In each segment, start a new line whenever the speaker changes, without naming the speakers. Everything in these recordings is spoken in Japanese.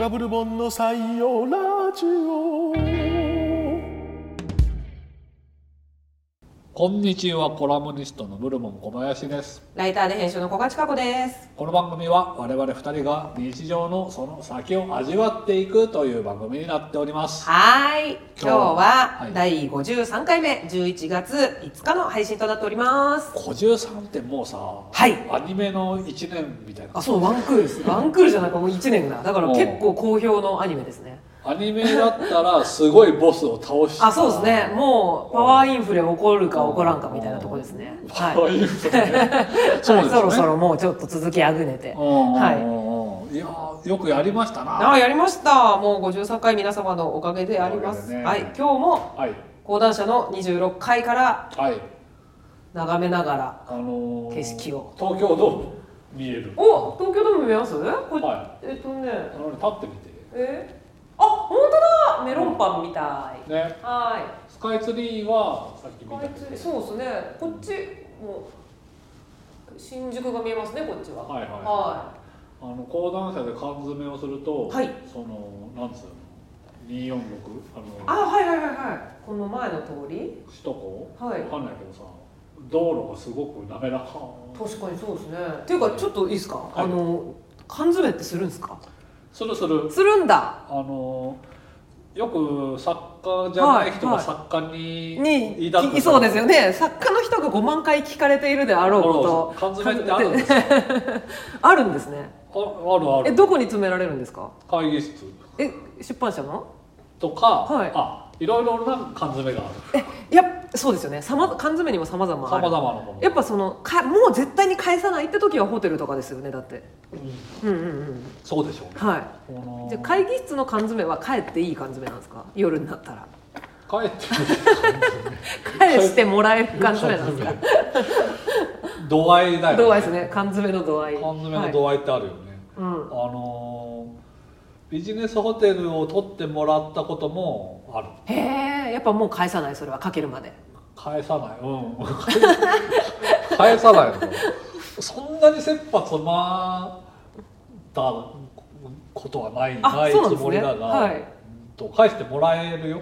ダブルボンの採用ラジオ
こんにちはコラムニストのブルモン小林です
ライターで編集の小賀千佳子です。
この番組は我々2人が日常のその先を味わっていくという番組になっております
はーい。今日
は
はい第53回目、11月5日の配信となっております。
53ってもうさ、
はい
アニメの1年みたいな
あ、そう、ワンクールです。ワンクールじゃなくもう1年だ。だから
おう
結構好評のアニメですね。
アニメだったらすごいボスを倒した
あ、そうですね。もうパワーインフレ起こるか起こらんかみたいなとこですね。 はい。
パワーインフレそうですね
そろそろもうちょっと続きあぐねて。はい。
はい、いやーよくやりましたな
あやりました。もう53回皆様のおかげでありま
おか
す。
げでね
はい。今日も
はい
講談社の26回から
はい
眺めながら。
あのー
景色を
東京ドーム見える
お、東京ドーム見えます？こ
は
えっとね。
あのね立ってみて
えー、あ本当だメロンパンみたい、
ね
は
スカイツリーはさっき
い
見た
こ
け
い
ど
つそうですねこっちも新宿が見えますねこっちは
はいはい
は
あの講談社で缶詰をすると、
はい
そのなんつうの246
い
あの
あはいはいはいはいこの前の通り
首都高、
はい
わかんないけどさ道路がすごく滑らか
確かにそうですねっていうかちょっといいですか、
い
あの缶詰ってするんですか
するする
するんだ
あのよく作家じゃない人
は
が
い
作家に
に
抱く
いそうですよね作家の人が5万回聞かれているであろうこと
缶詰ってあるんですか
あるんですね
ああるある
えどこに詰められるんですか
会議室
え出版社の
とか、
はい
あいろいろな缶詰がある
えいやそうですよねさま缶詰にも様々
さ
あ
ま
る
ざまなもの
やっぱそのかもう絶対に返さないって時はホテルとかですよねだって
うん
うんうんうん
そうでしょうね
は
この
いじゃあ会議室の缶詰は帰っていい缶詰なんですか夜になったら
帰って
返してもらえる缶詰なんですか
度合いだよ、
度合いですね缶詰の度合い
缶詰の
合い、
度合いってあるよね、
うん、
あのービジネスホテルを取ってもらったこともある
へえやっぱもう返さないそれはかけるまで
返さないうん 返さないのそんなに切羽詰まったことはない
あ
ない
そうなん
つ
ですね
もりだが、
はい
うんと返してもらえるよ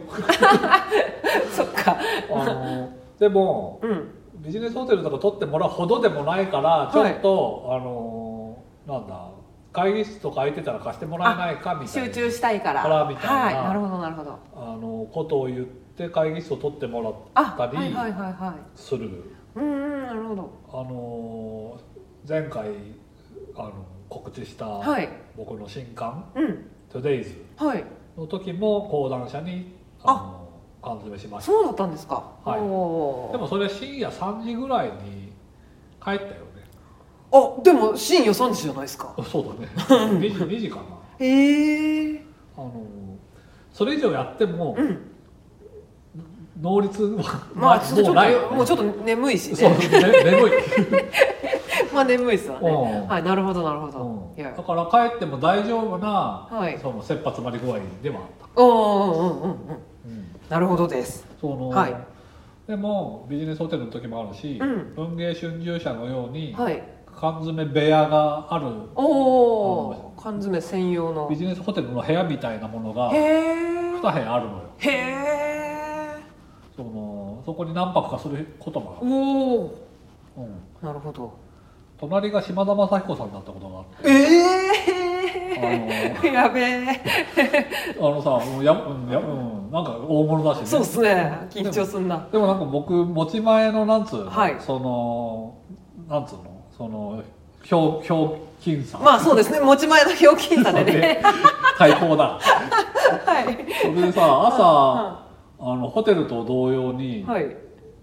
そっか
あのーでも
うん
ビジネスホテルとか取ってもらうほどでもないからちょっと、あのーなんだ会議室とか空いてたら貸してもらえないかみたいな
集中したいから
からみたいな
はい、なるほどなるほど
あのことを言って会議室を取ってもら
あ
った
はいはい
り
はいは
する、
いうんうんなるほど
あのー前回あの告知した
はい
僕の新刊
うん
「TODAYS
はい」
の時も講談社にあの缶詰しました
そうだったんですか。
はい
おー
でもそれ深夜3時ぐらいに帰ったよね
あ、でも深夜三時じゃないですか。
あそうだね 2時2時かな
ええ
あのーそれ以上やっても
うん。
能率は、
まあ、ちょっ
も
と
うない
もうちょっと眠いし
そう
ね。
ね 眠い
まあ眠いっすわね。
うん
はい、なるほどなるほど。
う
い
ん、
や
だ。から帰っても大丈夫な、
はい
その切羽詰まり具合ではあった、
おーうんうんうんうん。なるほどです。
その
はい
でもビジネスホテルの時もあるし、
うん
文芸春秋社のように、
はい。
缶詰部屋がある
おおー。缶詰専用の
ビ。ジネスホテルの部屋みたいなものが
へ
2
え。
部屋あるのよ
へえ。
そのそこに何泊かすることもある、
おお。
うん、
なるほど。
隣が島田正彦さんだったことがあって
え
え
え。やべえ。
あのさうんや、うんやうん、なんか大物だしね
そうっすね。緊張すんな。
でもなんか僕持ち前のなんつうの、
はい
そのなんつうのそのひょうひょうきんさん
まあそうですね。持ち前のひょうきんさ でね。
対抗だ
はい。
それでさ朝あのホテルと同様に、
はい。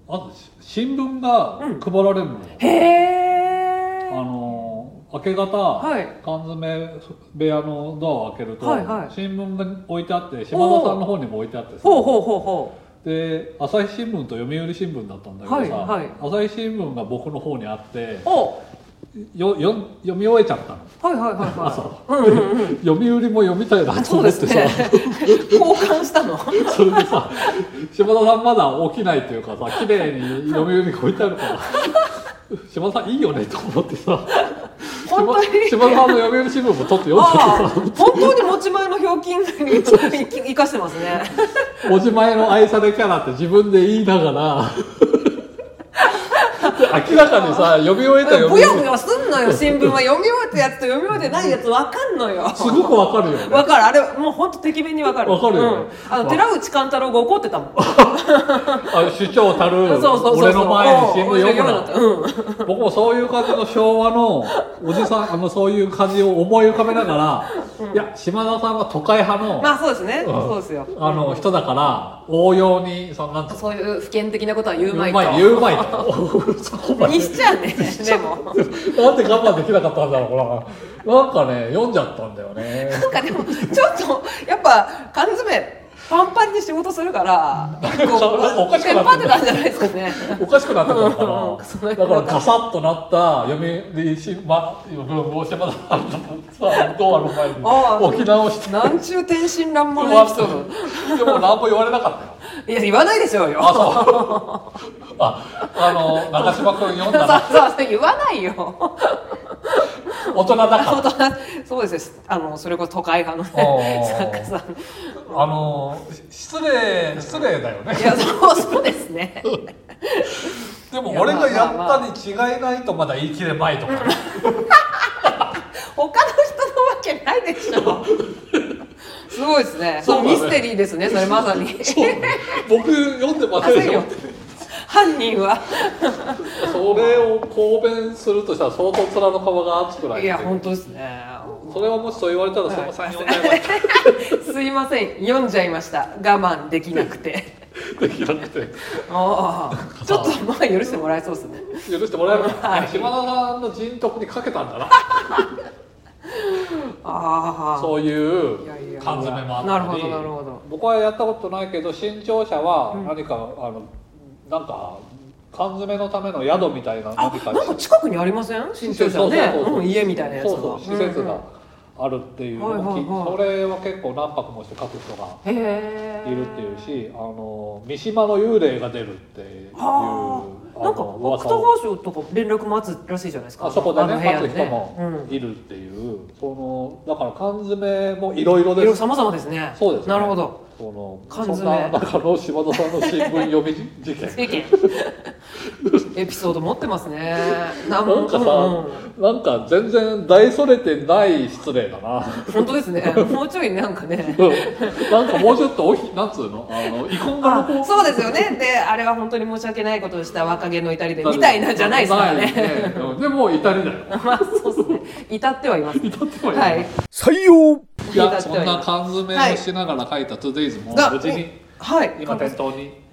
あとし新聞が
うん
配られるの、
へえ。
あの明け方、
い
缶詰部屋のドアを開けると、
はいはい
新聞が置いてあって島田さんの方にも置いてあってさ
ほうほうほうほ
で朝日新聞と読売新聞だったんだけどさ、
はいはい
朝日新聞が僕の方にあって
う。お。
よよ読み終えちゃったの
はいはいはい
朝
はい。うんうんうん。
読売も読みたいなと
そう
思
で
っ
す
て
ね
さ。
交換した の。
そ,、れでさ島田さんまだ起きないというかさ綺 麗に読売が置いてあるから島田さんいいよねと思ってさ島
本当に
島田さんの読売新聞も取って読
ああ
んで
本当に持ち前のひょうきんにちょっと生き生かしてますね
たおじまえの愛されキャラって自分で言いながら で明らかにさ読み終えた読
ぶ
み
よぶよすんのよ新聞は読み終えたやつと読み終えてないやつわかんのよ
すごくわかるよね
わかるあれもう本当てきめんにわかる
わかるよね
うん、あの寺内貫太郎が怒ってたもん
あ主張たる
そうそうそうそう
俺の前に新聞読む
うん
な
読むなって
僕もそういう感じの昭和のおじさんあのそういう感じを思い浮かべながら、いや島田さんは都会派の、
うんまあそうですね、
うん
そうですよ
あの人だから応用にそのなんて
そういう不見的なことは言
言
う
う
ま
ま
い
い
と
言うまいとそこまで
にしちゃうねでも
なんで我慢できなかったんだろうななんかね読んじゃったんだよね
なんかでもちょっとやっぱ缶詰パンパンに仕事するから結
おかしく
テ
な
ンパってた
っ
んじゃないですかね
おかしくなってたの
うんうんそ
か
れ
なだからガサッとなった読売新ま文豪島田さんのさドアの前
ああ
に置き直して
なんちゅう天真爛漫
終
なエ
わ
ピ
っ
ソ
た
ー
でも何も言われなかったよ
ドいや言わないでしょうよ
あそうああの中島君読んだな
そうそうそう言わないよ
大人だから
本当そうですよあのそれこそ都会派のね
おー
作家さん
あの失礼失礼だよね
いやそうそうですね
でも
いや
俺がや
まあまあ
ったに違いないとまだ言い切れまいとか、
他の人のわけないでしょすごいですね
そうだね
ミステリーですねそれまさに
僕読んでま
あそ
せ
うん
よ
よ犯人は
それを公弁するとしたら相当面の皮が厚くない
いや本当ですね
それはもしそう言われたらその3、4年は
すいません読んじゃいました我慢できな くて
できなくて
ああちょっとまあ許してもらえそうですね
許してもらえるか、
はい
島田さんの人徳にかけたんだな
ああ
そういう
い
い
やいやいや
缶詰もあったり
なるほどなるほど
僕はやったことないけど新潮社は
うん
何か、あのなんか缶詰のための宿みたいな
あ
何か
なんか近くにありません新潮社ね
そうそうそうそう
うん家みたいなやつが
そうそう施設があるっていうのを聞い
はいはいはい
それは結構何泊もして書く人が
うんうんへ
い
え
るっていうしあの三島の幽霊が出るっていう
はあなんか
の噂
芥
を
川賞とか連絡待つらしいじゃないですか
あそこでね
あの部屋
待つ人もいるっていう、そのだから缶詰もいろいろ
うん、
で
色
す
様々ですね
そうですね
なるほど
その
缶詰
そんな中の島田さんの新聞読み事件
意見 エピソード持ってますねな
なんかさ、
うんうん
なんか全然大それてない失礼だな
本当ですねもうちょいなんかね
うんなんかもうちょっとおひなんつうのあの遺恨が
あ
残
そうですよね であれは本当に申し訳ないことをした若気の至りでみたいなんじゃないですから
ない
ね
うんでも至りだよ
まあそうですね至ってはいます
至ってはいな
はいい
採用
いや
至って
そ
はい
ん
ます
な缶詰をしながら書いた 2days も
が
無事に
はい
今店頭に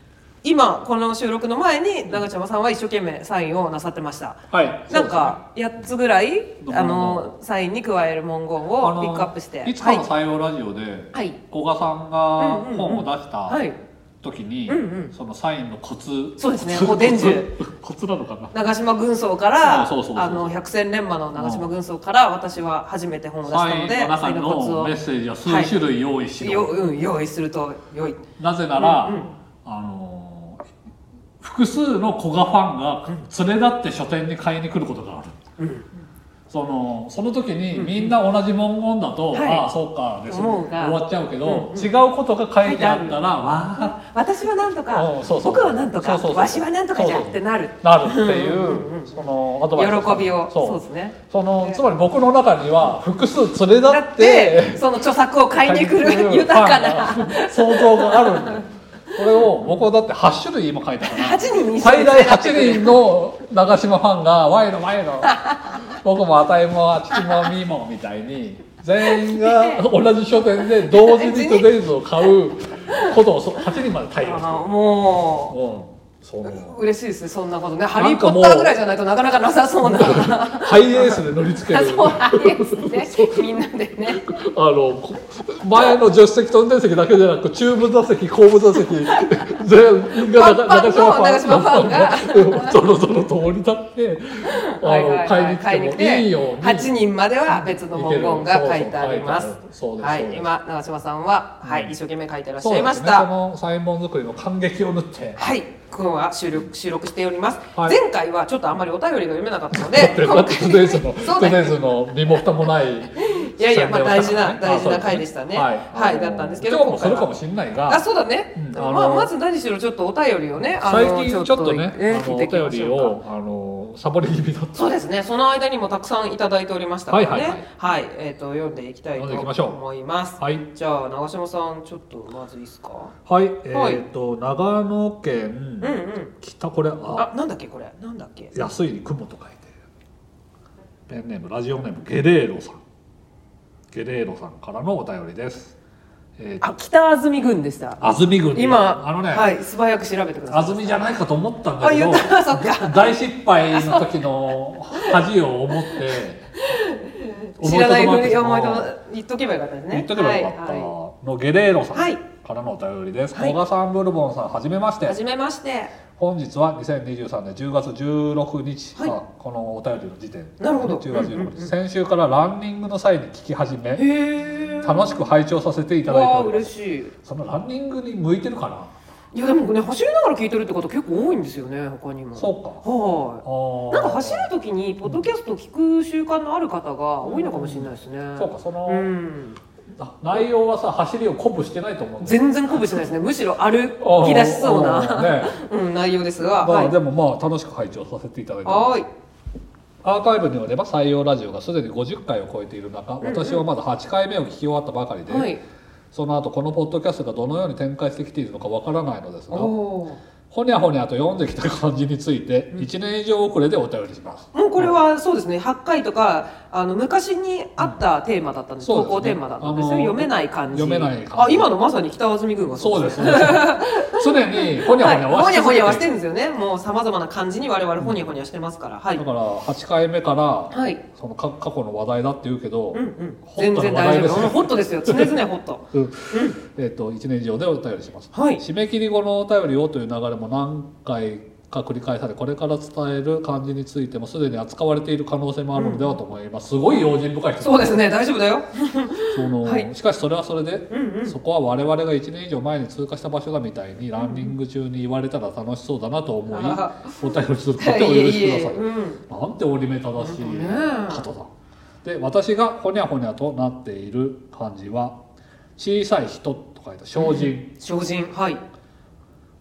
今この収録の前に長嶋さんは一生懸命サインをなさってました
はい
なんか8つぐらい
どこの
あのサインに加える文言
そうですねあ
を
の
ピックアップして
いつかの
は
採用ラジオで
いはい
古賀さんが本を出
は
し
い
た時に
うんうん
そのサインのコツ
そうですね
コツ
お伝授
コツなのかな
長島軍曹から
あそうそうそうそう
あの百戦錬磨の長島軍曹から私は初めて本を出した
サイ
の
ン
で
の中
のコツ
の
を
メッセージは数種類用意し
よ、
ろ
うん、用意すると良い
なぜなら、
うんうん
あのー複数の古賀ファンが連れ立って書店に買いに来ることがある、
うん
そのその時にみんな同じ文言だと、
はい
ああそうかでそ
思
の
う
終
が
わっちゃうけど、
うんうん
違うことが書いてあったらわあ
私はなんとか
うんそうそう
僕はなんとか
そうそうそう
わしはなんとかじゃ
そうそう
ってなる
なるっていう,、
うんうんうん
そのアド
喜
バイス
びを
そう
そうですね
その
ね
つまり僕の中には複数連れ立
だ
っ
っててその著作を買いに来
買いに来
る
る
豊かな
ファンが想像があるんだよこれを僕はだって8種類今書いたから
8人に
最大8人の長島ファンが「ワイのワイの 僕もあたいもあちきもみーも」みたいに全員が同じ書店で同時に 2days を買うことをそ8人まで対応してる
あも
うんその
う嬉しいですねそんなことね「ハ
かもう
リー・ポッター」ぐらいじゃないとなかなかなさ そうなあ
ハイエースで乗りつける
そうありですねみんなでね
あのこ前の助手席と運転席だけじゃなく中部座席後部座席 全員が
パンパンの長島ファンが
が そろそろ通り立ってあの、
はいはいはい
買いに来てもいいように
8人までは別の文言が書いてあります
いけるそうそう書いてあるそうですそうです
はい今長嶋さんは、はい
うん
一生懸命書いてらっし
そう
ゃ
で
い
すね
ました、
このサイン本作りの感激を縫って
はい君は収録収録しております、
はい
前回はちょっとあんまりお便りが読めな かったので
で、
今
まあ、トゥ
回
デイズの、ト
そうだ
ゥ
よ
デイズの身も蓋もない。
いやいやまあ大事な
宣伝をしたからね
大事
あ
な
そう
回でしたね
はい、
はいだったんですけど
今日もそれ
今回
か
は
もしれない
あ
が、
そうだね、
うんあの
まあ、まず何しろちょっとお便りをねあの
最近ちょっとね、
え
あの
聞
お
いていき
便
まし
り
ょうか
を、あの、サボり気味だった。
そうですね。その間にもたくさんいただいておりましたので、ね、は
はいいはいはい
えっ、と読んでいきたい
読
と
んでいきましょう
思います。
はい。
じゃあ長島さんちょっとまずいいですか。
はい、
はい
えっと、長野
うんう
県、
ん。
北、これ、あ、
あ、なんだっけこれ。なんだっけ。
安いに雲と書いて。ペンネーム、ラジオネーム、ゲレーロさん。ゲレーロさんからのお便りです。えっと
あ、北安住郡でした。
安住郡で
今
あのね、
はい、素早く調べてください。
安住じゃないかと思ったんだけど
あ言った そっか
大失敗の時の恥を思って
知らない
思い
ふ
と
り
どまっ
思い
てし
と
まう
言っとけばよかったですね。
言っとけばよかった
はいは
のゲレーロさん
はい
からのお便りです、
はい
小賀さんブルボンさんはじめまし
い
て
はじめまして。
本日は2023年10月16日、
はい
あこのお便りの時点
なるほど
10月16日、
うんうんうん
先週からランニングの際に聞き始
へ
め
え。
楽しく拝聴させていただいて
わあ
おりま
嬉
す
しい。
そのランニングに向いてるかない
やでもね走りながら聞いてるって方結構多いんですよね他にも。
そうか
はい。
あー
なんか走る時にポッドキャストを聞く習慣のある方が多いのかもしれないですね。
そうかその、
うん。
あ内容はさ走りを鼓舞してないと思うんだよ
全然鼓舞しないですね。むしろ歩き出しそう
あ
な、
ーね
うん、内容です
ま
が。
あ、
はい。
でもまあ楽しく拝聴させていただいてます
はーい。
アーカイブによれば採用ラジオがすでに50回を超えている中私はまだ8回目を聞き終わったばかりで、
はい。
その後このポッドキャストがどのように展開してきているのかわからないのです
お
が
お
ほにゃほにゃと読んできた感じについて1年以上遅れでお便りします、
ー。もうこれはそうですね。8回とかあの昔にあったテーマだったんです。
うん
投稿テーマだったんです。
そうですね
読めない感じ。
読めない感じ
あ、今のまさに北安住軍が
そう
で
ですね常にほにゃ
はい。
ほにゃは
ほ
し
にゃほ
続
にゃは
け
してて
い
る
る
んですよね。もうさまざまな感じに我々ほにゃほにゃしてますから。はい
だ。から8回目から
はい。
その過過去の話題だって言うけど、
うんうん。
ホッ
全
トな
然
話題
大
で
丈
す
夫。
ね
うんホットですよ。常々ホット。
うんえっと1年以上でお便りします、
はい
締め切り後のお便りをという流れも何回か繰り返されこれから伝える漢字についてもすでに扱われている可能性もあるのではと思います、すごい用心深い人
そうですね、大丈夫だよ。
その、
はい
しかしそれはそれで、
うんうん
そこは我々が1年以上前に通過した場所だみたいにランニング中に言われたら楽しそうだなと思い、
あ
お便りするこ
い
とをお許
え
し
い
くだ
え
さい、
うん。
なんて折り目正しい
ね
加藤さんで私がほにゃほにゃとなっている漢字は小さい人と書いた小人、
精進、はい。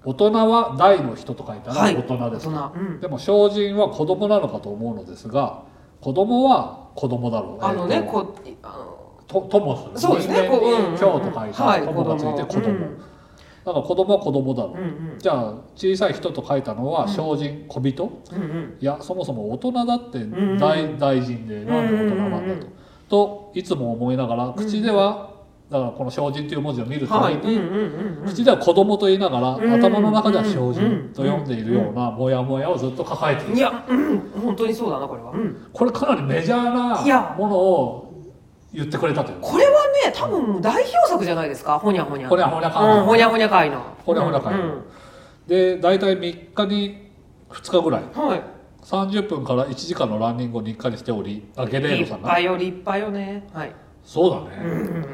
大人は大の人と書いたら
は
大
い。
人です、
大人。うん。
でも精進は子供なのかと思うのですが子供は子供だろう
あのね、
えーと
こう、あの、
と友する
そうですね
人間に
こううんうんう
今
ん
日と書い
はい
た友がついて子
子供
供、
うん
だから子供は子供だろ
う
う、
んうん。
じゃあ小さい人と書いたのは精進、小人
うんうん。
いやそもそも大人だって
んうん
大,、大臣でなんで大人なんだと、
うんうんうん
といつも思いながら口では、だからこの「精進」という文字を見るた
は
び
い。
に、
うんうんうんうん。
口では子供と言いながら、
うん
頭の中では精進と読んでいるようなモヤモヤをずっと抱えている、
いや、うん、本当にそうだな、これは。うん。
これかなりメジャー
いや
なものを言ってくれたという
これはね、多分もう代表作じゃないですか、ほにゃほにゃ。
ほにゃほにゃ
うん、ほ
感
にゃほにゃ会の。
ほにゃほにゃ会の
うん
で大体3日に2日ぐらい
うんはい。
30分から1時間のランニングを日課にしておりあゲレー
い
ロ
っ
さん
ぱ
が
いよりいっぱいよね。はい。
そうだね、
うんうんうん。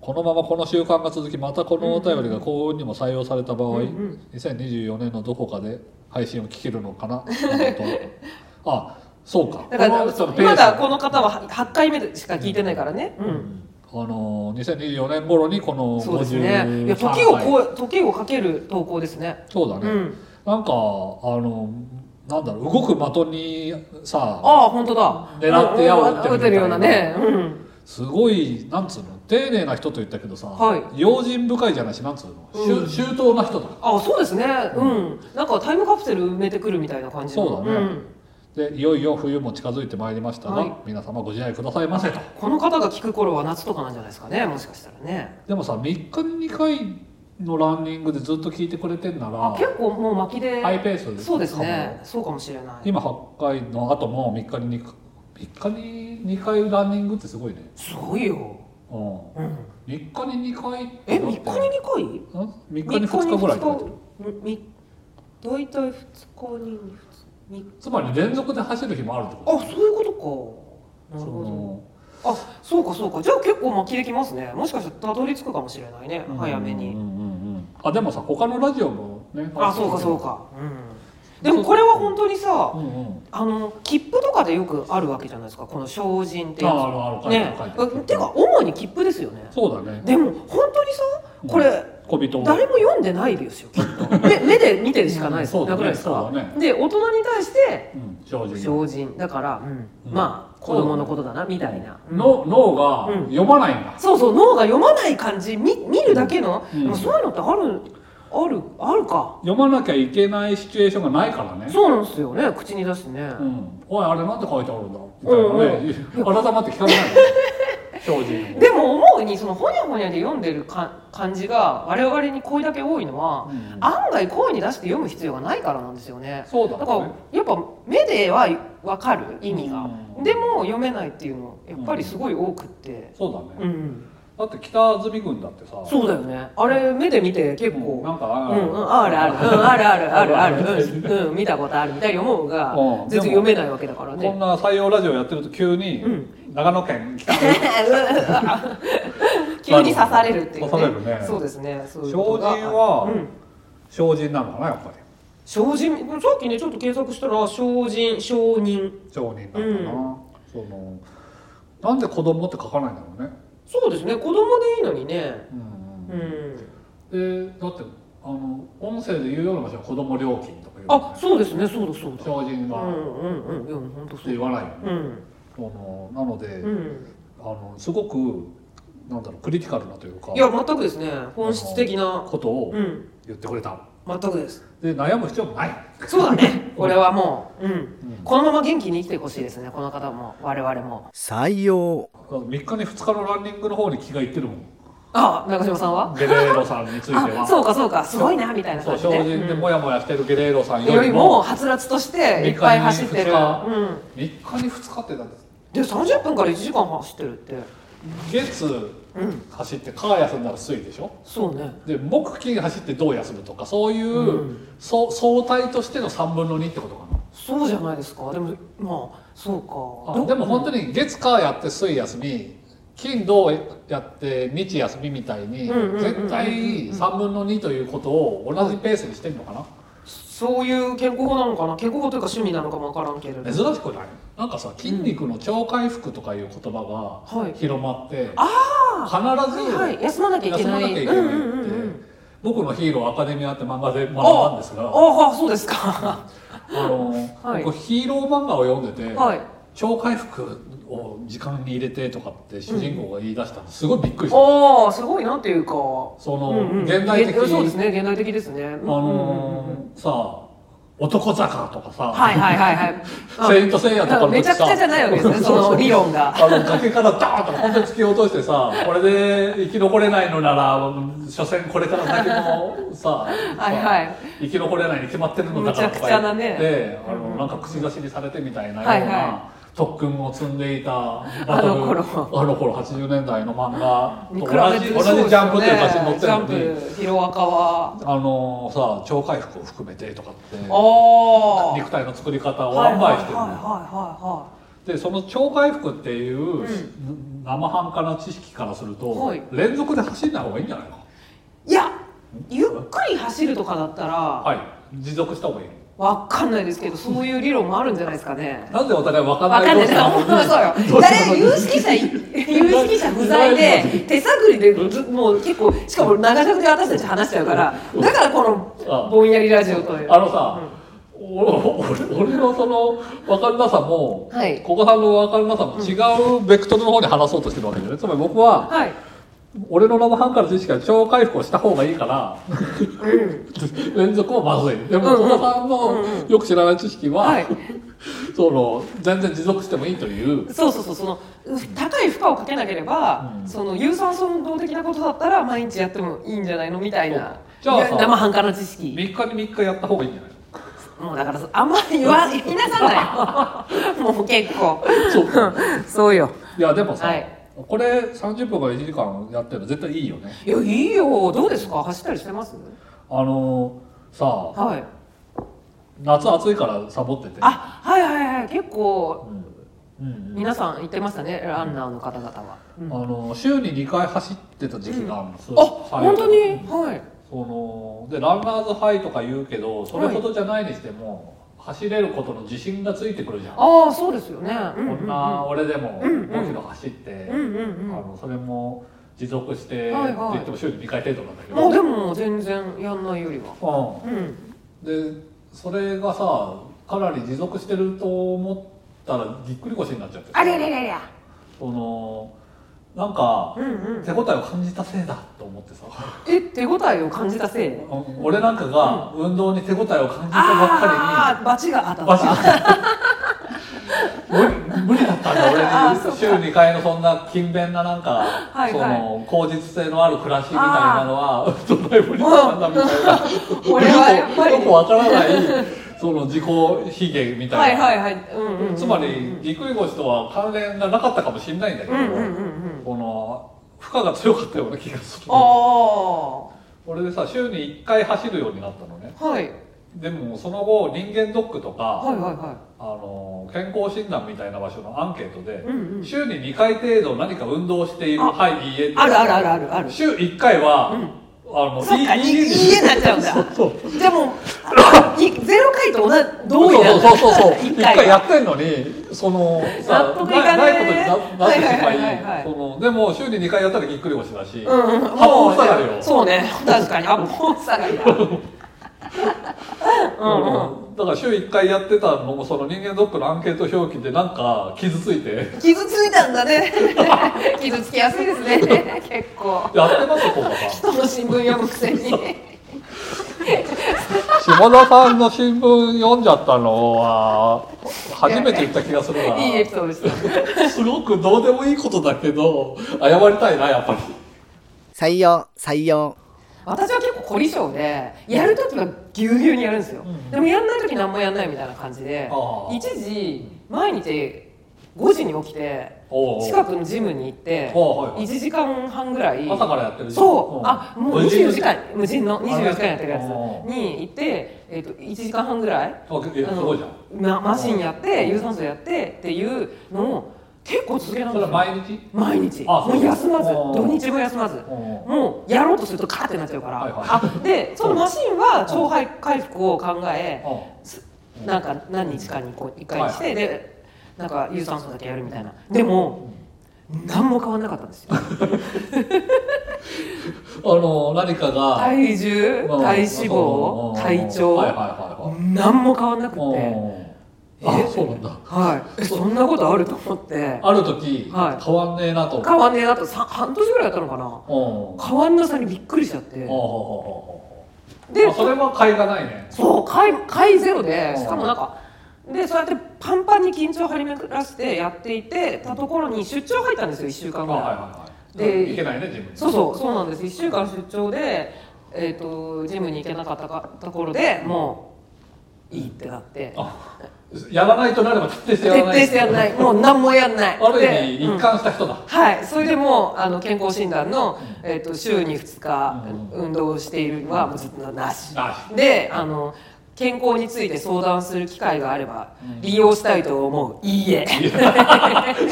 このままこの習慣が続きまたこのお便りが幸運にも採用された場合、
うんうん
2024年のどこかで配信を聞けるのかななどと あそうか
だか
こ
ら
のそのペース
まだこの方は8回目でしか聞いてないからね。うん
あの2024年頃にこの
そうですね。いや時をこう時をかける投稿ですね。
そうだ
う
ね、
ん。
なんかあのなんだろう動く的にさ
ああ本当だ。
狙って矢を打ってるみたいな
打てるようなね。うん。
すごいなんつうの丁寧な人と言ったけどさ、
は
用心深いじゃないしなんつうの、
うん
周周到な人だ
ああそうですね。うん。なんかタイムカプセル埋めてくるみたいな感じの。
そうだねでいよいよ冬も近づいてまいりましたが、
はい
皆様ご自愛くださいませと
うんこの方が聞く頃は夏とかなんじゃないですかね。もしかしたらね。
でもさ3日に2回のランニングでずっと聞いてくれてんな
あ
ら
結構もう巻きで。
ハイペースかも
そうですね。そうかもしれない。
今8回の後も3日に 2, 3日に2回ランニングってすごいね、
すごいよ。
うん、3
うん。
日に2回
え三日に二回？
3日に2日ぐらいって書いてある
み大体二日に二日。
つまり連続で走る日もあるって
あ
こ
そういうこ
と
とか。な
そ
るほど。
の
あそうかそうかじゃあ結構巻きできますねもしかしたらたどり着くかもしれないね
うん
早め
うんう
に
んうんあでもさ他のラジオもね
あそうかそうか、うん、でもこれは本当にさ、
うんうん
あの切符とかでよくあるわけじゃないですかこの精進って
ああ
や
る
つ
ある
ね
書いてある書いてある
てか主に切符ですよね
そうだね
でも本当にさこれ、
小人も
誰も読んでないですよきっと目目で見てるしかないです
うんそうだ
な
ね
くないですか、
そうだね
で大人に対して
うん正直
精進だから、
うん
まあ子供のことだなみたいな、
の脳が
うん
読まないんだ
そうそう脳が読まない感じ見見るだけの、
うん
でもそういうのってあるあるあるか
読まなきゃいけないシチュエーションがないからね
そうなんですよね口に出してね、
うんおいあれなんて書いてあるんだみたいなね改まって聞かれないの正直
でも思うにそのほにゃほにゃで読んでるか感じが我々にこれだけ多いのは、
うん
案外声に出して読む必要がないからなんですよね
そうだ
だ
ね
からやっぱ目では分かる意味が、
うん
でも読めないっていうのやっぱりすごい多くって、
そうだね
うん
だって北安住郡だってさ
そうだよねあれ目で見て結
うん
構、
なんか
うん
あ
うん、あるある、うん、あるあるあるある、 うんうん、見たことあるみたいに思うが
うん
全然読めないわけだから
こん
ね
な採用ラジオやってると急に、
う
長野県北
急に刺されるっていう、ね、
刺されるね
そうですねそう
精
いう
進
ことが
は
うん
精進なのかなやっぱり
精進さっきねちょっと検索したら精進承認
精進なのかな、そのなんで子供って書かないんだろうね、
そうですね子供でいいのにね
うん
うん
でだってあの音声で言うような場所は子供料金とか言う
あ
よね
そうですねそうだそうだ
精進
う
は、っ
んうんうんうん本当そ
て
う
言わないよね、
うん
そのなので、
うん
あのすごくなんだろうクリティカルなというか
いや全くですね本質的な
ことを
うん
言ってくれた、
全くです
で悩む必要もない、
そうだねこれはもううん
うん
このまま元気に生きてほしいですねこの方も我々も
採用
3日に2日のランニングの方に気がいってるもん
あ中島さんは
ゲレーロさんについて
あ
は
そうかそうかすごいなみたいな
そ
感
う
じ
精
で
進でモヤモヤしてるゲレーロさん
うんよ
よ
り
り
も
も
はつらつとしていっぱい走ってるう
三日に
ん
3日に2日ってだって
で30分から1時間走ってるって
月
うん
走って火休んだら水でしょ
そうね
で木金走ってどう休むとかそういう、
うん
そう総体としての3分の2ってことかな
そうじゃないですかでもまあそう
あ
か
でも本当に月火やって水休み金土やって日休みみたいに
うんうんうんうん
絶対3分の2ということを同じペースにしてるのかな
そういう健康法なのかな健康法というか趣味なのかもわからんけれど
珍しくないなんかさ筋肉の超回復とかいう言葉
は
が
い
広まって、必ず、
はいはい休まなきゃいけ
休ま
な
なきゃい
い
け
う
ないって、
んうんうんうん
僕の「ヒーローアカデミア」って漫画で学んだんですがあ
ああそうですか
の、
はい
僕ヒーロー漫画を読んでて、
はい
超回復を時間に入れてとかって主人公が言い出したのすごいびっくりした、
ああすごいなんていうか
その、
うんうん
現代的
げそうですね現代的ですねあ
あのーさあ男坂とかさ、
はいはいはいはい あ
セイントセイヤとかの
めちゃくちゃじゃないわけですねその理論が
あの崖からダーンと本当に突き落としてさこれで生き残れないのなら所詮これから先もさ
はいはい
まあ生き残れないに決まってるのだからとか
むちゃくちゃなね
であのなんか口出しにされてみたいなような、
はいは
特訓を積んでいた
あの頃
あの頃80年代の漫画
に比
と同
べ
じ
て
同
そうですよね
じジャンプという雑誌に載ってる
ジ
の
ャ
に
ンプヒロアカは
あのさ超回復を含めてとかって
ああ
肉体の作り方を案内してるのよ
はいはいは
でその超回復っていう、
ん
生半可な知識からすると、
はい
連続で走んない方がいいんじゃないの
いはいいやゆっくり走るとかだったら
はい持続した方がいい
わかんないですけどそういう理論もあるんじゃないですかね
なんでお互い分かん
わ
な
か
い
んない
同士
です
な
本当
の
そうよ誰有識者有識者不在で手探りでもう結構しかも長尺で私たち話しちゃうからだからこのぼんやりラジオという
あのさ、お俺俺のその分かんなさも、
はい
ここさんの分かんなさも違うベクトルの方に話そうとしてるわけだよねつまり僕は
はい
俺の生半可な知識は超回復をした方がいい から、連続はまずいでもここさんのよく知らない知識は、
はい
その全然持続してもいいという
そうそうそうそのう高い負荷をかけなければ、
うん
その有酸素運動的なことだったら毎日やってもいいんじゃないのみたいな
じゃあさ
いや生半可な知識
3日に3日やった方がいいんじゃない
もうだからあんまり言わ言いな さないよもう結構
そう
そうよ
いやでもさ、
はい
これ30分から1時間やってるの絶対いいよね
いやいいよどうですか走ったりしてます
あのーさあ
はい
夏暑いからサボってて
あはいはいはい結構
うんうん
皆さん言ってましたねランナーの方々は、
あのー週に2回走ってた時期があるんです、
あ本当にはい
このでランナーズハイとか言うけどそれほどじゃないにしても、走れることの自信がついてくるじゃん、
ああそうですよねうんうん
こんな俺でも
うんうん
5キロ走って、
うんうん
あ
うん
のそれも持続して、
はいは
っ
い
て言っても週に2回程度なんだけど、
もうでも全然やんないよりは
うん、
うん
でそれがさかなり持続してると思ったらぎっくり腰になっちゃってさ
ありゃりゃりゃりゃ
そのなんか
うんうん
手応えを感じたせいだと思ってさ、
え手応えを感じたせいね
うん俺なんかが運動に手応えを感じたばっ
あ
か
あバチが
り
当
に
た
バ
っ
シ
た
ッ無理無理だったん
あ
だ
ーそ
俺
う
に週
か
2回のそんな勤勉ななんか
いはい
その口実性のある暮らしみたいなのはどない無理だったんだみたいな。
俺はやっぱり
よくわからないその自己卑下みたいな、
はいはいはいうんうんうん
つまりぎっくり腰とは関連がなかったかもしれないんだけ
う
ど、
んうんうんうん
この負荷が強かったような気がする
ああ
俺でさ週に1回走るようになったのね
はい
でもその後人間ドックとか、
はいはいは
あの健康診断みたいな場所のアンケートで、
いうんうん
週に2回程度何か運動している
あ
はいいいえって
あるあるあるあるある
週1回は、
うん
あの
そっか
いいいいえに
いいえになっちゃうんだ
そうそう
じゃあもう あいゼロ回と同同意なんだ
そうそうそうそう一
一
回
回
やってんのにその
納得いかね
ないないことにななってしま,、
はいいはいはいはいはい
そのでも週に2回やったらぎっくり腰だし、
うんうんもう
八方塞がりよ
そうね確かにあも う下がりだうんうん
だから週1回やってたのもその人間ドックのアンケート表記でなんか傷ついて
傷ついたんだね 傷つきやすいですね結構
やってますこうかさ
人の新聞読むくせ に
下田さんの新聞読んじゃったのは初めて言った気がするな
いいエピソードでした
すごくどうでもいいことだけど謝りたいなやっぱり
採用採用
私は結構凝り性でやるときはぎゅうぎゅうにやるんですよ、
ん
でもやんないとき何もやんないみたいな感じで
あー
一時毎日5時に起きて
おうおう
近くのジムに行って
おうはいはい
1時間半ぐらい
朝からやってる
そうあもう24時間無人の
あれ
24時間やってるやつ
お
に行って、えっと1時間半ぐら
あ
い
いやすごいじゃん
あのなマシンやって有酸素やってっていうのを結構続けたん
それ
です
は
よ
毎日
毎日
あ
もう休まず
お
土日も休まず
お
もうやろうとするとカーってなっちゃうから、
はいはい
あでそのマシンは超肺回復を考え
あ
なんか何日かにこう1回にして、
は
でなんか有酸素だけやるみたいなでも何も変わんなかったんですよ
あの何かが
体重
うん
体
うん
脂肪体調、
はいはいはい
何も変わんなく
はい
て
うんあ
え
そうなんだ
はいえそんなことあると思って
ある時、
はい
変わんねえなと
変わんねえなとさ半年ぐらいやったのかな
うん
変わんなさにびっくりしちゃって
ああああああ
で
あそれは買いがないね
そう買い買いゼロで
うん
しかもなんかでそうやってパンパンに緊張を張り巡らせてやっていてたところに出張入ったんですよ1週
あ
間ぐ
はいはい
ら
はい
で
いけないね自分
いそうそうそうなんです1週間出張で、えー、とジムに行けなかったかところでもういいってなって
あやらないとなれば徹底して
徹
やら
底
ない
してやんないもう何もやんない
ある
で
意味一貫した人だ、
はい、それでもうあの健康診断の、えっと週に2日
う
運動をしているはもうずっとなし
な
であの健康について相談する機会があれば
うん
利用したいと思ういいえ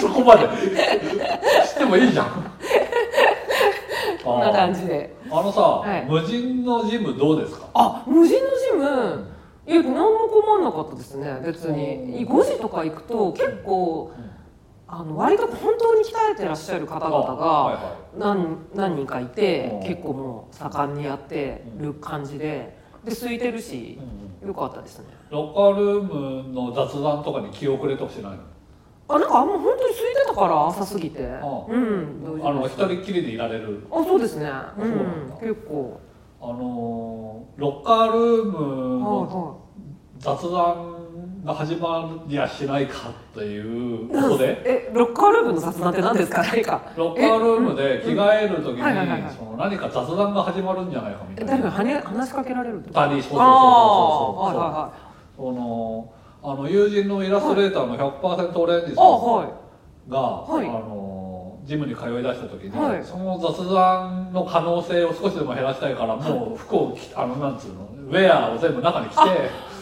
そこまでしてもいいじゃん
こんな感
あ
じで
あのさ、
い
無人のジムどうですか
あ無人のジムいや何も困んなかったですね別
う
に
ん
5時とか行くと結構あの割と本当に鍛えてらっしゃる方
あ
々
はい
が
はい
何何人かいて
うん
結構もう盛んにやってる感じでで空いてるし
うんうん
よかったですね
ロッカールームの雑談とかに気遅れとかしないの
あなんかあんま本当に空いてたから朝すぎてうん大丈
あ
夫
の
で
一
す
人っきりでいられる
あそうですねう
そうなんんだ
結構
あのーロッカールームの
は
雑談が始まりやしないかっていう
いはい
ことで
えロッカールームの雑談って何ですか 何か
ロッカールームで着替える時
はいはいはいはい
にその何か雑談が始まるんじゃないかみ
え
たい
誰
な
かに話しかけられるってこと
他人そうそうそうそう
あー
そう
は
そのあの友人のイラストレーターの100%オレンジ
いはいはい
さ
あ
ん
は
が、
いはい
あのージムに通い出した時に、
はい
その雑談の可能性を少しでも減らしたいからもう服を着あのなんつうのウェアを全部中に着て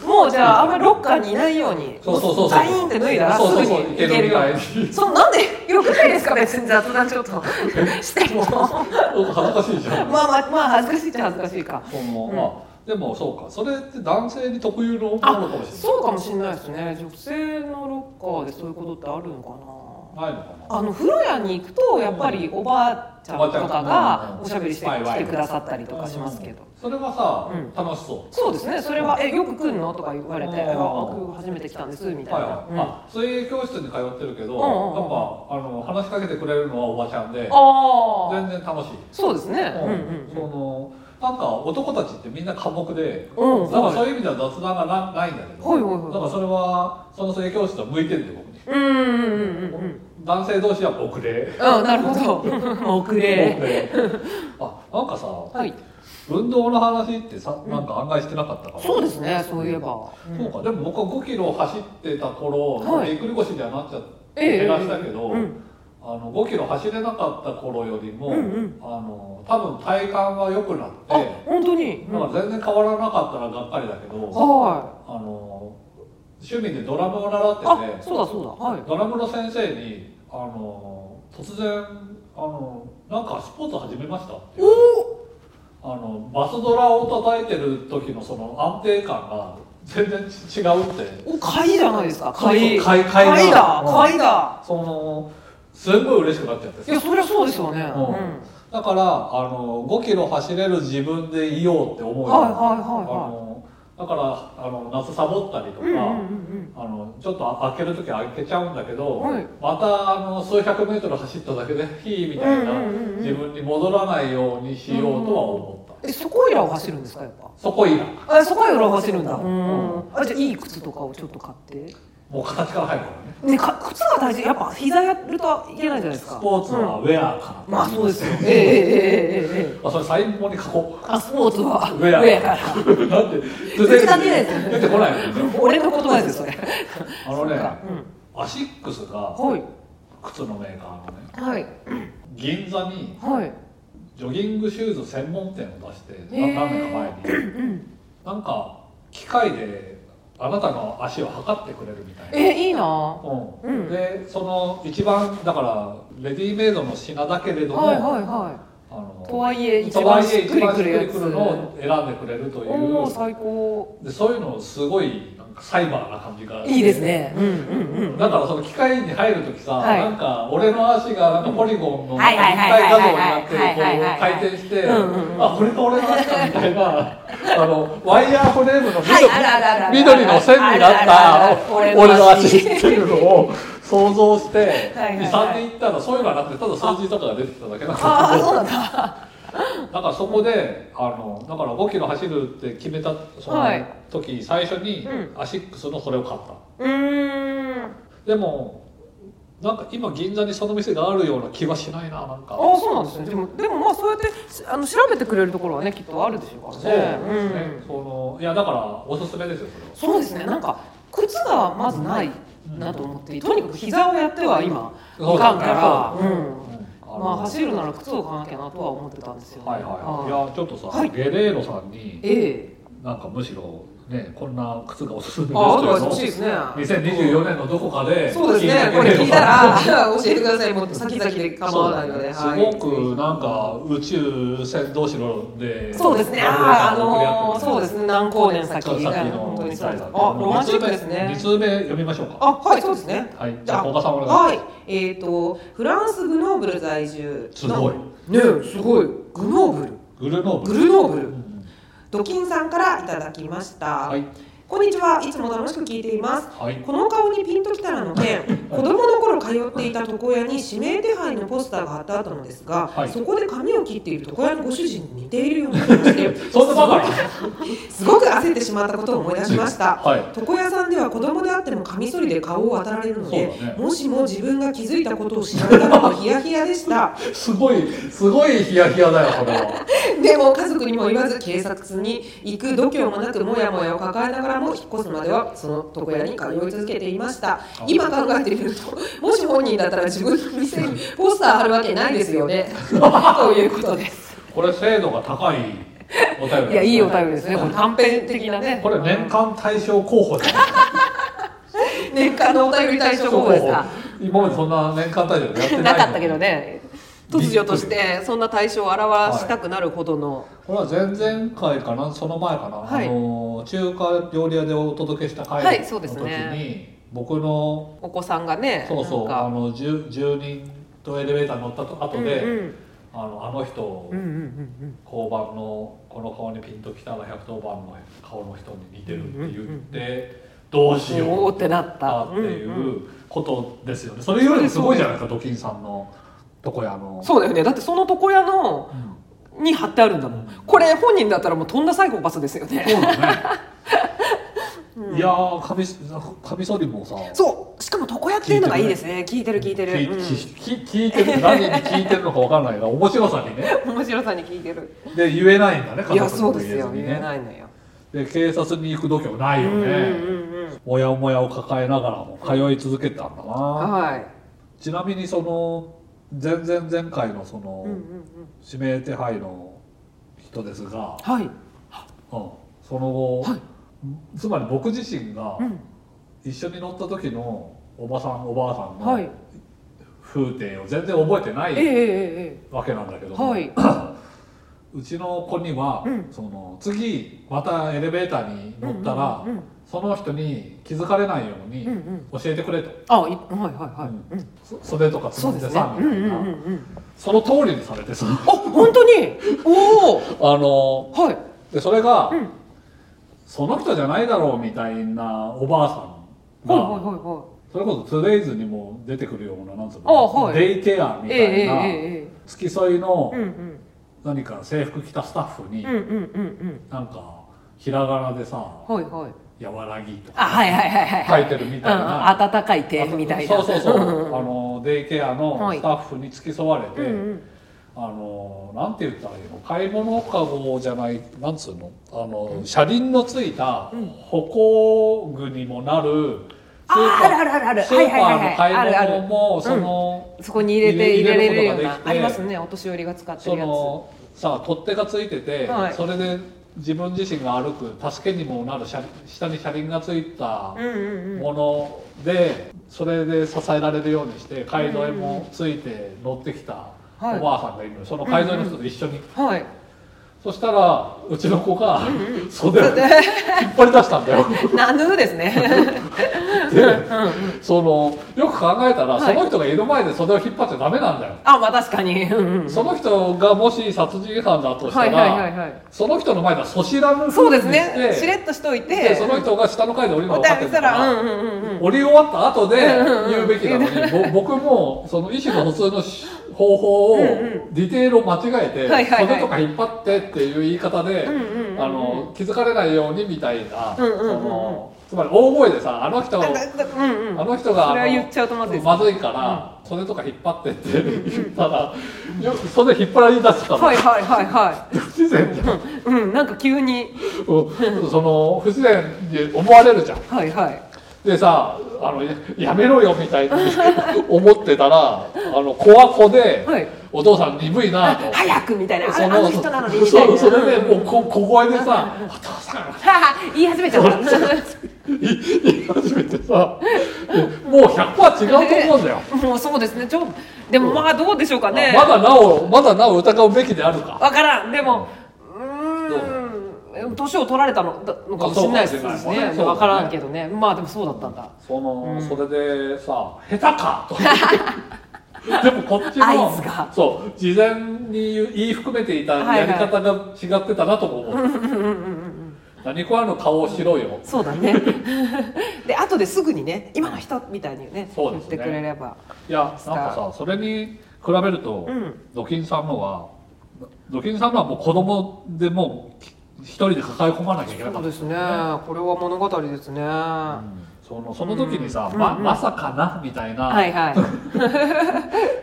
もうじゃああんまりロッカーにいないように
そうそうそうそう
サインって脱いだらす
そう
ぐ
そう
に
そう
行けるよ
いけるみたいに
そんなんでよくないですか別に雑談ちょっとしても
恥ずかしいじゃん
まあまあまあ恥ずかしいっちゃ恥ずかしいか
その、
うん
まあでもそうかそれって男性に特有のものかもしれない
そうかもしれないですね女性のロッカーでそういうことってあるのか
ないのかな
なあの風呂屋に行くとやっぱりおばあちゃんとかが
うん
おしゃべりして
ワイワ
来
イ
てくださったりとかしますけど
それはさ、
うん
楽しそう
そうですねそれは「えよく来るの?」とか言われて
うん
あ「初めて来たんです」みたい
はい
な
は、い、
うんあ
あ水泳教室に通ってるけど、
うんうんうん
やっぱあの話しかけてくれるのはおばちゃんで
あ
全然楽しい、
そうですねうん
そのなんか男たちってみんな寡黙で、
うんうん
なんかそういう意味では雑談がなないんだけど、
はいはいはい
だからそれはその水泳教室は向いてるんで僕に
うんうんうんうんうん
男性同士は遅れ
うん、なるほ ど。遅れ。
あなんかさ、
はい。
運動の話ってさなんか案外してなかったから、
そうですね、そういえば。
そうかでも僕は5キロ走ってた頃、
はい
ぎっくり腰にはなっちゃっ
ええ
て減らしたけど、
うん
あの5キロ走れなかった頃よりも、
うんうん
あの多分体幹は良くなって、
あ、本当に。
まあ、全然変わらなかったらがっかりだけど、
は
あの趣味でドラムを習
い。あ
っ、てて
そうだそうだ。はい。
ドラムの先生にあの突然あの「なんかスポーツ始めました」ってあのバスドラを叩いてる時のその安定感が全然ち違うって
お、貝じゃないですか。貝。
そうそう貝貝だ
貝
う
だ。
ん
貝だ。
そのすんごい嬉しくなっちゃって
いや、そりゃそうですよね。うん。
うんだからあの5キロ走れる自分でいようって思うよ、
はいはい
あ
は
のだからあの夏サボったりとか、
いはい。うんうんうん
あのちょっと開ける時は開けちゃうんだけど、
はい
またあの数百メートル走っただけで「ヒー」みたいな、
うんうんうんうん
自分に戻らないようにしようとは思った、
うん。え、そこいらを走るんですか、やっぱ。
そこいいな
あ、そこいらを走るんだ。
う
うんん。あ、じゃあいい靴とかをちょっと買って。
もう形から入るからね
ね、か靴が大事。やっぱ膝やるといけないじゃないです
ス
か。
ポーツはウェアかな、
まあそうですよ。ええええええええ。
あそれ最後に書 こ
あ、スポーツは
う
上から。
らだって
口立てないですよね
出てこないもんね
俺の言葉ですよ、それ。
あのね、
う
アシックスが
はい。
靴のメーカーのね
はい。
銀座に
はい。
ジョギングシューズ専門店を出して
へ
な
ー
何年か前になんか機械であなたの足を測ってくれるみたいな、
え、いいな
う
うん
ん、でその一番だからレディメイドの品だけれども、
はいはいは
あの
い。とはいえ、一
とはい
番し
え
っく
一
り
番し
く
っく
るや
り
つ
く。るのを選んでくれるとい
おお、
う
最高。
でそういうのすごいなんかサイバーな感じが
いいですね。うんうん
だからその機械に入るときさ、
はい
なんか俺の足がなんかポリゴンの立
はいはいはい
体
はい
画像になって
はいはいはいはい
こう回転して、
うんうんうん
あこれが俺の足だみたいな あのワイヤーフレームの緑,、
はいあるあるあるある
緑の線になっ
あるあるある
た
ある
俺
俺
の
の
足
足
っていうのを想像して
はいはいはい
23年行ったらそういうのはなくてただ数字とかが出てきただけなんだ
ああ、そうなんだ。
だからそこであのだから5キロ走るって決めたその
はい
時、最初に
う
アシックスのそれを買った。
うーん。
でもなんか今銀座にその店があるような気はしないななんか
ああ、そうなんですね。でも、でもまあそうやってあの調べてくれるところはね、きっとあるでしょう
そう
か
で
ら
す
ね
ね。、
うん。
そのいやだからおすすめですよそれは
そうですね。なんか靴がまずないなと思って、とにかく膝をやっては今いかんから、うん。
あの
まあ走るなら靴を買わなきゃなとは思ってたんですよ、ね。
はいはい
ああ
はいいやちょっとさ、
はい
ゲレーロさんに
え
なんかむしろねこんな靴がおすすめですけ
え。
れ
あ、あとは
ど
欲しいですね。
2024年のどこかで
そうですね。これ聞いたら 教えてください。もっと先々で構わないので、
そうだ
は
ね
い。
すごくなんか宇宙船同士ので
そうですね。ああ、あのー、そうですね。南高年先。
先の
本当にそうです。あ、
あ
ロマンチックですね
2。通目読みましょうか
あ、はい、そうですね。
はいじゃあ古賀さんお願いします
はい。えっ、と、フランスグノーブル在住。
すごい。
ねえ、すごい。グノーブル。
グルノーブ
グ
ル
ルノーブル
う。ん
ドキンさんからいただきました。
はい
こんにちは。いつも楽しく聞いています。
はい
この顔にピンときたらの件子供の頃通っていた床屋に指名手配のポスターが貼ってあったのですが、
はい
そこで髪を切っている床屋のご主人に似ているような気がして
そんなバカな
すごく焦ってしまったことを思い出しました、
はい
床屋さんでは子供であってもカミソリで顔を当たられるので、
そうだね
もしも自分が気づいたことを知られたのもヒヤヒヤでした
すごいすごいヒヤヒヤだよこれは
でも家族にも言わず警察に行く度胸もなくモヤモヤを抱えながらも引っ越すまではその床屋に通い続けていました今考えてみるともし本人だったら自分の店にポスター貼るわけないです よねということです
これ精度が高いお便りですね
いやいいお便りですねこの短編的なね
これ年間大賞候補ですね
年間のお便り大賞候補ですか
今までそんな年間大賞やってないの
なかったけどね突如としてそんな対象を表したくなるほどの、
これは前々回かなその前かな、
はい
あの中華料理屋でお届けした回
はいそ
の
うで
時
す
に、
ね
僕の
お子さんがね
そうそう
な
あ
んか
の 10, 10人とエレベーター乗ったと後で、
うんうん
あのあの人、
うんうんうん
交番のこの顔にピンときたら110番の顔の人に似てるって言って、どうし
うん
よ
お
う
ーってなった
ってい
うんうん
うことですよねそれよりもすごいじゃないですかドキンさんのとこやの。
そうだよねだってその床屋の
うん
に貼ってあるんだもんこれ本人だったらもうとんだサイコパスですよね
そうだね。いやー、カミソ、カミソリもさ。
そうしかも床屋っていうのがいいですね聞いてる聞いてる
聞い聞聞いてる何に聞いてるのかわかんないが面白さにね
うん面白さに聞いてる
で言えないんだね
い
家
や
族に
そう
も
で
言
す
えず
よ
に
言えな
ね
いのよ
で警察に行く度胸ないよ
うんうん
ね
うんうん
もやもやを抱えながらも通い続けたんだな
はい
ちなみにその前々前回のその
うんうんうん
指名手配の人ですが、
は
う
い
ん、その後、つまり僕自身が
うん
一緒に乗った時のおばさんおばあさん
はい
の風景を全然覚えてな
えええ
い
ええ
わけなんだけど
え
も、
はい
うちの子には、
うん
その次またエレベーターに乗ったら、
うんうんうん
その人に気づかれないように
うんうん
教えてくれと、
あいはいはいはいうん
そ袖とかつ
そ
ま
うんで
です
ね
さ
うんうん
みたいな、
うんうん
その通りにされてさ
あ本当におお
あの
はい
でそれが、
うん
その人じゃないだろうみたいなおばあさんが、
はいはいはいはい
それこそ 2days にも出てくるようななんつう
あ
の、
はい
デイケアみた
えええ
いな、
ええ
付き添いの
えうんうん
何か制服着たスタッフに、
うんうんうん
なんかひらがなでさ
うんはいはい
「やわらぎ」とか
あはいはいはいはい
書いてるみたいな、
うん、温かい手みたいな
そうそうそう
うん うんうん
あのデイケアの
はい
スタッフに付き添われて、
うんうん
あのなんて言ったらいいの買い物かごじゃないなんつうのあの車輪のついた歩行具にもなるス
あ
ー
ー
パ
あるあるあるある
ース
はい
ー
は
パ
い
ーの
はいは
買い
いあるあ
物
る
もその。
そこに入れて
入
入
れ
れ
入れ
れ
る
る
こ
よ
とがで
う
き
な
て
ありますねお年寄りが使って
そ
るやつ
のさあ取っ手がついてて、
はい
それで自分自身が歩く助けにもなる車下に車輪がついた
うんうんうん
もので、それで支えられるようにして街道もついて乗ってきたお
はい
ばあさんがいるのよその街道の人と一緒に、
はい
そしたらうちの子が、袖を引っ 張り出したんだよ。
ナヌーです ね
でそのよく考えたら、
は
そ
い
の人がいる前で袖を引っ張っちゃダメなんだよ。
あまあ確かにうんうん
その人がもし殺人犯だとした
はい
ら、
はいはいはい
その人の前ではそしらぬ
そう
風
で
に
す
して
ねしれっとしとい
で
て
その人が下の階で降りるの
お
分かっ
便
て
り
る
した
からら
うんうんうんうん
降り終わった後で
うんうん
言うべきなのに、ぼ 僕もその意思の疎通のし方法を
うん
ディテールを間違えて、
はいはいはい
袖とか引っ張ってっていう言い方で、
んうんうんうん
あの気づかれないようにみたいな、
うんうんうんうん
そのつまり大声でさあの人
なんかうんうん
あの人が
それは
あの
言っちゃうとまずいです
まずいから、袖とか引っ張ってって言ったら、よく袖引っ張られ出したの、
はいはいはいは
不自然じゃん
いうんなんか急に
うんその不自然に思われるじゃん
はいはい
でさあのややめろよみたいに 思ってたらあの子は子で、
はい
お父さん鈍いなと。
早くみたいなああの人なのにみたい
そう
な
それでもうこ小声でさ「お父さん」
はは言い始めちゃった
言い始めてさでもう100%違うと思うんだよ、
もうそうですねちょでもまあどうでしょうかね
まだなおまだなお疑うべきであるか
わからんでもうーん年を取られたのだのかもしれないです
あそうかもしれない
ね
そう
わからんけどねまあでもそうだったんだ
その、それでさ下手かとでもこっち
合図
の
が
そう事前に言い含めていたやり方が違ってたなとも思う、何食わぬ顔をしろよ
そうだね で後ですぐにね今の人みたいにね
そう
言
で
っ
すね
てくれれば
いやなんかさそれに比べると、
うん
ドキンさんのはドキンさんのはもう子供でもうき一人で抱え込まなきゃいけな
そ
か
う
った
ですねこれは物語ですねは
そのその時にさ、ままさかなみたいな、
い はい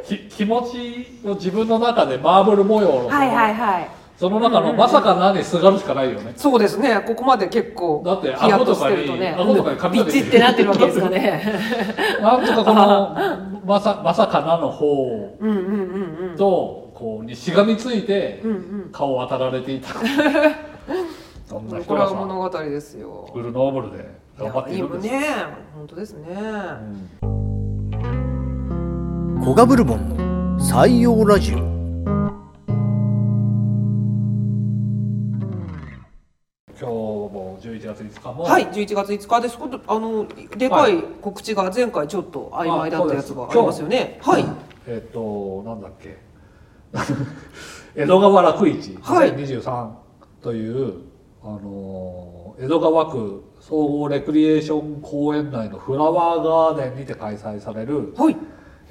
き気持ちを自分の中でマーブル模様の
はいはいはい
その中のまさかなですがるしかないよ ね。
そうですね。ここまで結構
だって
ヒヤッとしてるとね、
顎とかに顎とかに髪が
ビ
出
チ
てる
ってなってるわけです かね。
なんとかこの、まさ、まさかなの方
うんうんうんうん。
と、こう、にしがみついて
うん、うん。
顔を渡られて いた。そんな
こ
人
れ
が
は
さ、
物語です
グ
よ。
ルノーブルで頑張っているんですよ。
ね、本当ですね。
うん
コガブルボンの採用ラジオ
今日も11月5日も、
はい、11月5日です。ことあのでかい告知が前回ちょっと曖昧だったやつがありますよね。はい。
えっと、なんだっけ。 江戸川楽市
はい
2023という、あのー江戸川区総合レクリエーション公園内のフラワーガーデンにて開催される
はい。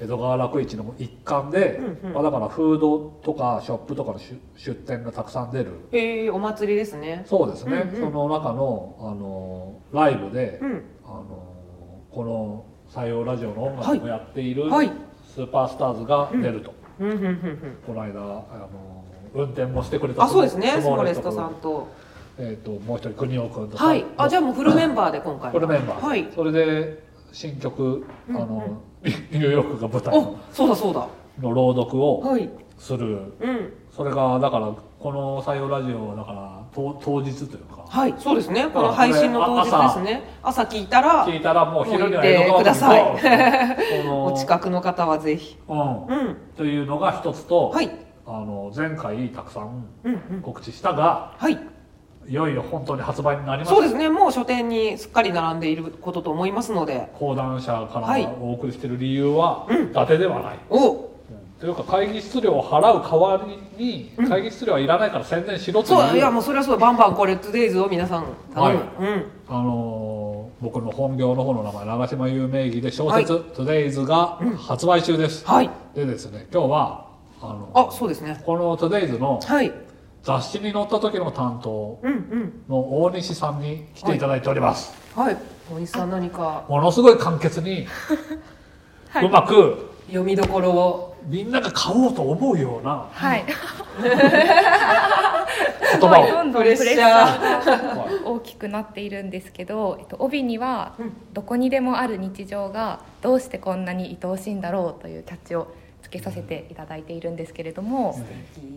江戸川楽市の一環で、
うんうん
まあ、だからフードとかショップとかの出出店がたくさん出る
ええお祭りですね。
そうですね、
うんう
そ
ん
の中の、あのーライブで、
うん。
あのーこの「採用ラジオ」の音楽をやっている、
はい。
スーパースターズが出ると。
うんうんうんうん。
この間あの運転もしてくれた
あ、そうですね。ス
モ
モ
ー
レ
レス
ス
ト
ト
君
さんと。
えっ、ともう一人国尾君とか
はい。あ、じゃあもうフルメンバーで今回は。
これメンバー、
はい。
それで新曲あの、ニューヨークが舞台
お
の、
そうだそうだ。
の朗読を
はい。
する
うん。
それがだからこの「採用ラジオ」だから当当日というか
はい。そうですね。この配信の当日ですね。朝聞いたら、
聞いたらもう昼には江戸
もう行ってください
川 区に行こうこの
お近くの方はぜひ。
う
うん。
ん、というのが一つと、
はい。
あの前回たくさん
うんうん。
告知したが
はい。
いよいよ本当に発売になりました
そうですね。もう書店にすっかり並んでいることと思いますので。
講談社か
はい
らお送りしている理由は、伊達ではない、
お
というか会議室料を払う代わりに、会議室料はいらないから宣伝しろと
そう、
い
いうやもうそれはそうだバンバンこれ、トゥデイズを皆さん頼む。うん。
あのー僕の本業の方の名前長島優名義で小説「TODAYS」が発売中です、
はい。
でですね今日はあの
あ、そうですね。
この「TODAYS」の
はい。
雑誌に載った時の担当
うんうん。
の大西さんに来ていただいております、
はい。大西さん何か
ものすごい簡潔 に、うまく
読みどころを。
みんなが買おうと思うような
はい。
言
はい
葉を
どんどん
プ
プ
レ
レ
ッ
ッ
シャー
シャーが
はい
大きくなっているんですけど、えっと、帯には
うん
「どこにでもある日常がどうしてこんなに愛おしいんだろう」というキャッチをつけさせていただいているんですけれども、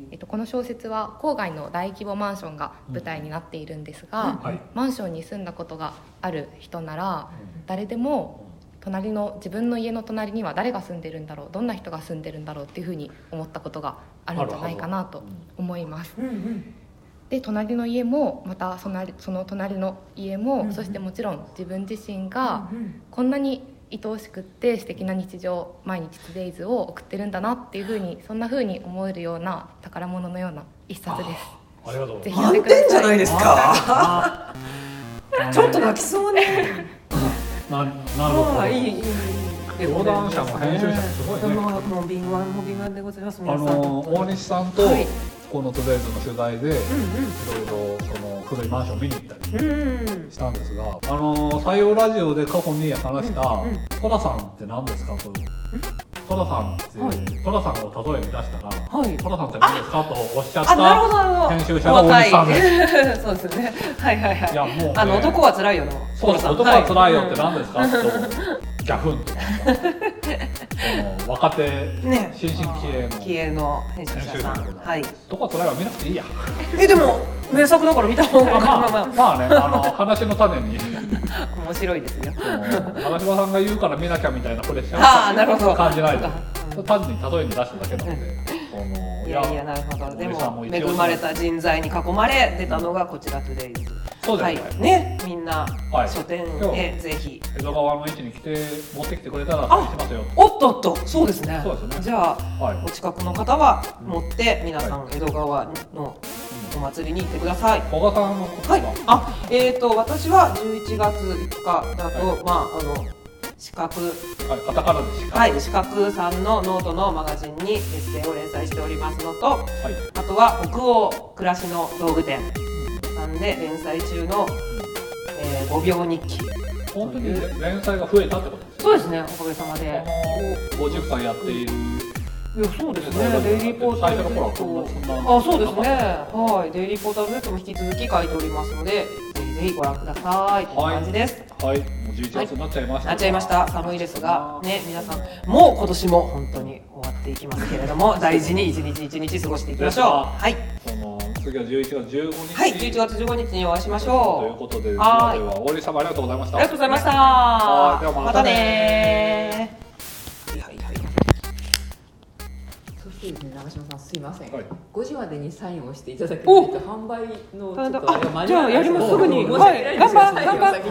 えっと、この小説は郊外の大規模マンションが舞台になっているんですが、
はい
マンションに住んだことがある人なら誰でも隣の自分の家の隣には誰が住んでるんだろうどんな人が住んでるんだろうっていうふうに思ったことがあるんじゃないかなと思います。
うんうん。
で隣の家もまたそのその隣の家も、
んうん
そしてもちろん自分自身が
うん
こんなに愛おしくって素敵な日常毎日トゥデイズを送ってるんだなっていうふうにそんなふうに思えるような宝物のような一冊です。
ありがとうござい
ぜ
ま
満
ひ読んでくだ
点
さ
じゃないですか。
す
ちょっと泣きそうね。
ななるほど
あいいいいいい。
講談社も編集者もすごいね
もうもう敏腕も敏腕でございます
あ
皆さん。
の大西さんと
はい
この「トレイズ」の取材でい
う
ろ
ん
いろその古いマンション見に行ったり
うん。うん。
したんですがあの採用ラジオで過去に話した「トラさんって何ですか?」と「トラさんってトラさんを例えに出したら「
はい
トラさんって何ですか?」とおっしゃっ
あ、なるほど
た
なるほど。
編集者の大西さんです
若い そうですね。はいはいはい。
いやもうね
あの男は辛いよの。
「そうです男は辛いよって何 ですか?」とギャフンとこの若手
ね
新進気鋭の
気鋭の編集
編
者
集
さ
者
ん
でござい。ます
はい。
男は辛いは見なくていいや
えでも名作だから見た方が
まあ
まあま
まあまあね、あの話の種に、
あ面白いですよ。
長嶋さんが言うから見なきゃみたいなプレッシャ
ああ
ー
なるほど
を感じない
そ
と、
う
単純に例えに出しただけなので、あの
いやいやなるほど。で
森さんも
も
一
恵
応
まれた人材に囲まれ出たのがこちらトゥデイズ。
そうです
は
ね、
い。ねみんな
はい
書店へぜひ。
江戸川の位置に来て持ってきてくれたら
あ
しますよ。
おっとっとそうですね。
そうですね
じゃあ。
は
お近くの方は持って皆さん江戸川のお祭りに行ってください。
い。小賀さんのこと
はい
は、
あ、えっ、ー、と私は11月5日だと、まああの資格
はい、カタカナでしか。
はい資格さんのノートのマガジンにエッセイを連載しておりますのと、
はい。
あとは北欧暮らしの道具店さんで連載中の、えー、5秒日記。
本当に連載が増えたってことですよ。
そうですね、おかげさまで。
この50回やっている
いやそうですね。デイリーポータルネットをあそうですね。はいデイリーポータルネットも引き続き書いておりますのでぜひぜひご覧くださいという感じです。
はい、もう11月になっちゃいました。
なっちゃいました寒いですがね皆さんもう今年も本当に終わっていきますけれども大事に一日一日過ごしていきましょう。はい
その次は11月15日。
はい11月15日にお会いしまし
という
ょう。
ことで、今日
はい
は大西様ありがとうございまし
あ
た
りが。とうございました。
はいではまた
またねはいはいはい。
ソフトウェアの長嶋さんすいません、
はい
5時までにサインをしていただけないと販売のちょっとれが間に合わない
あじゃあやりますすぐに
申し訳ないんですが
はい頑張っ
その先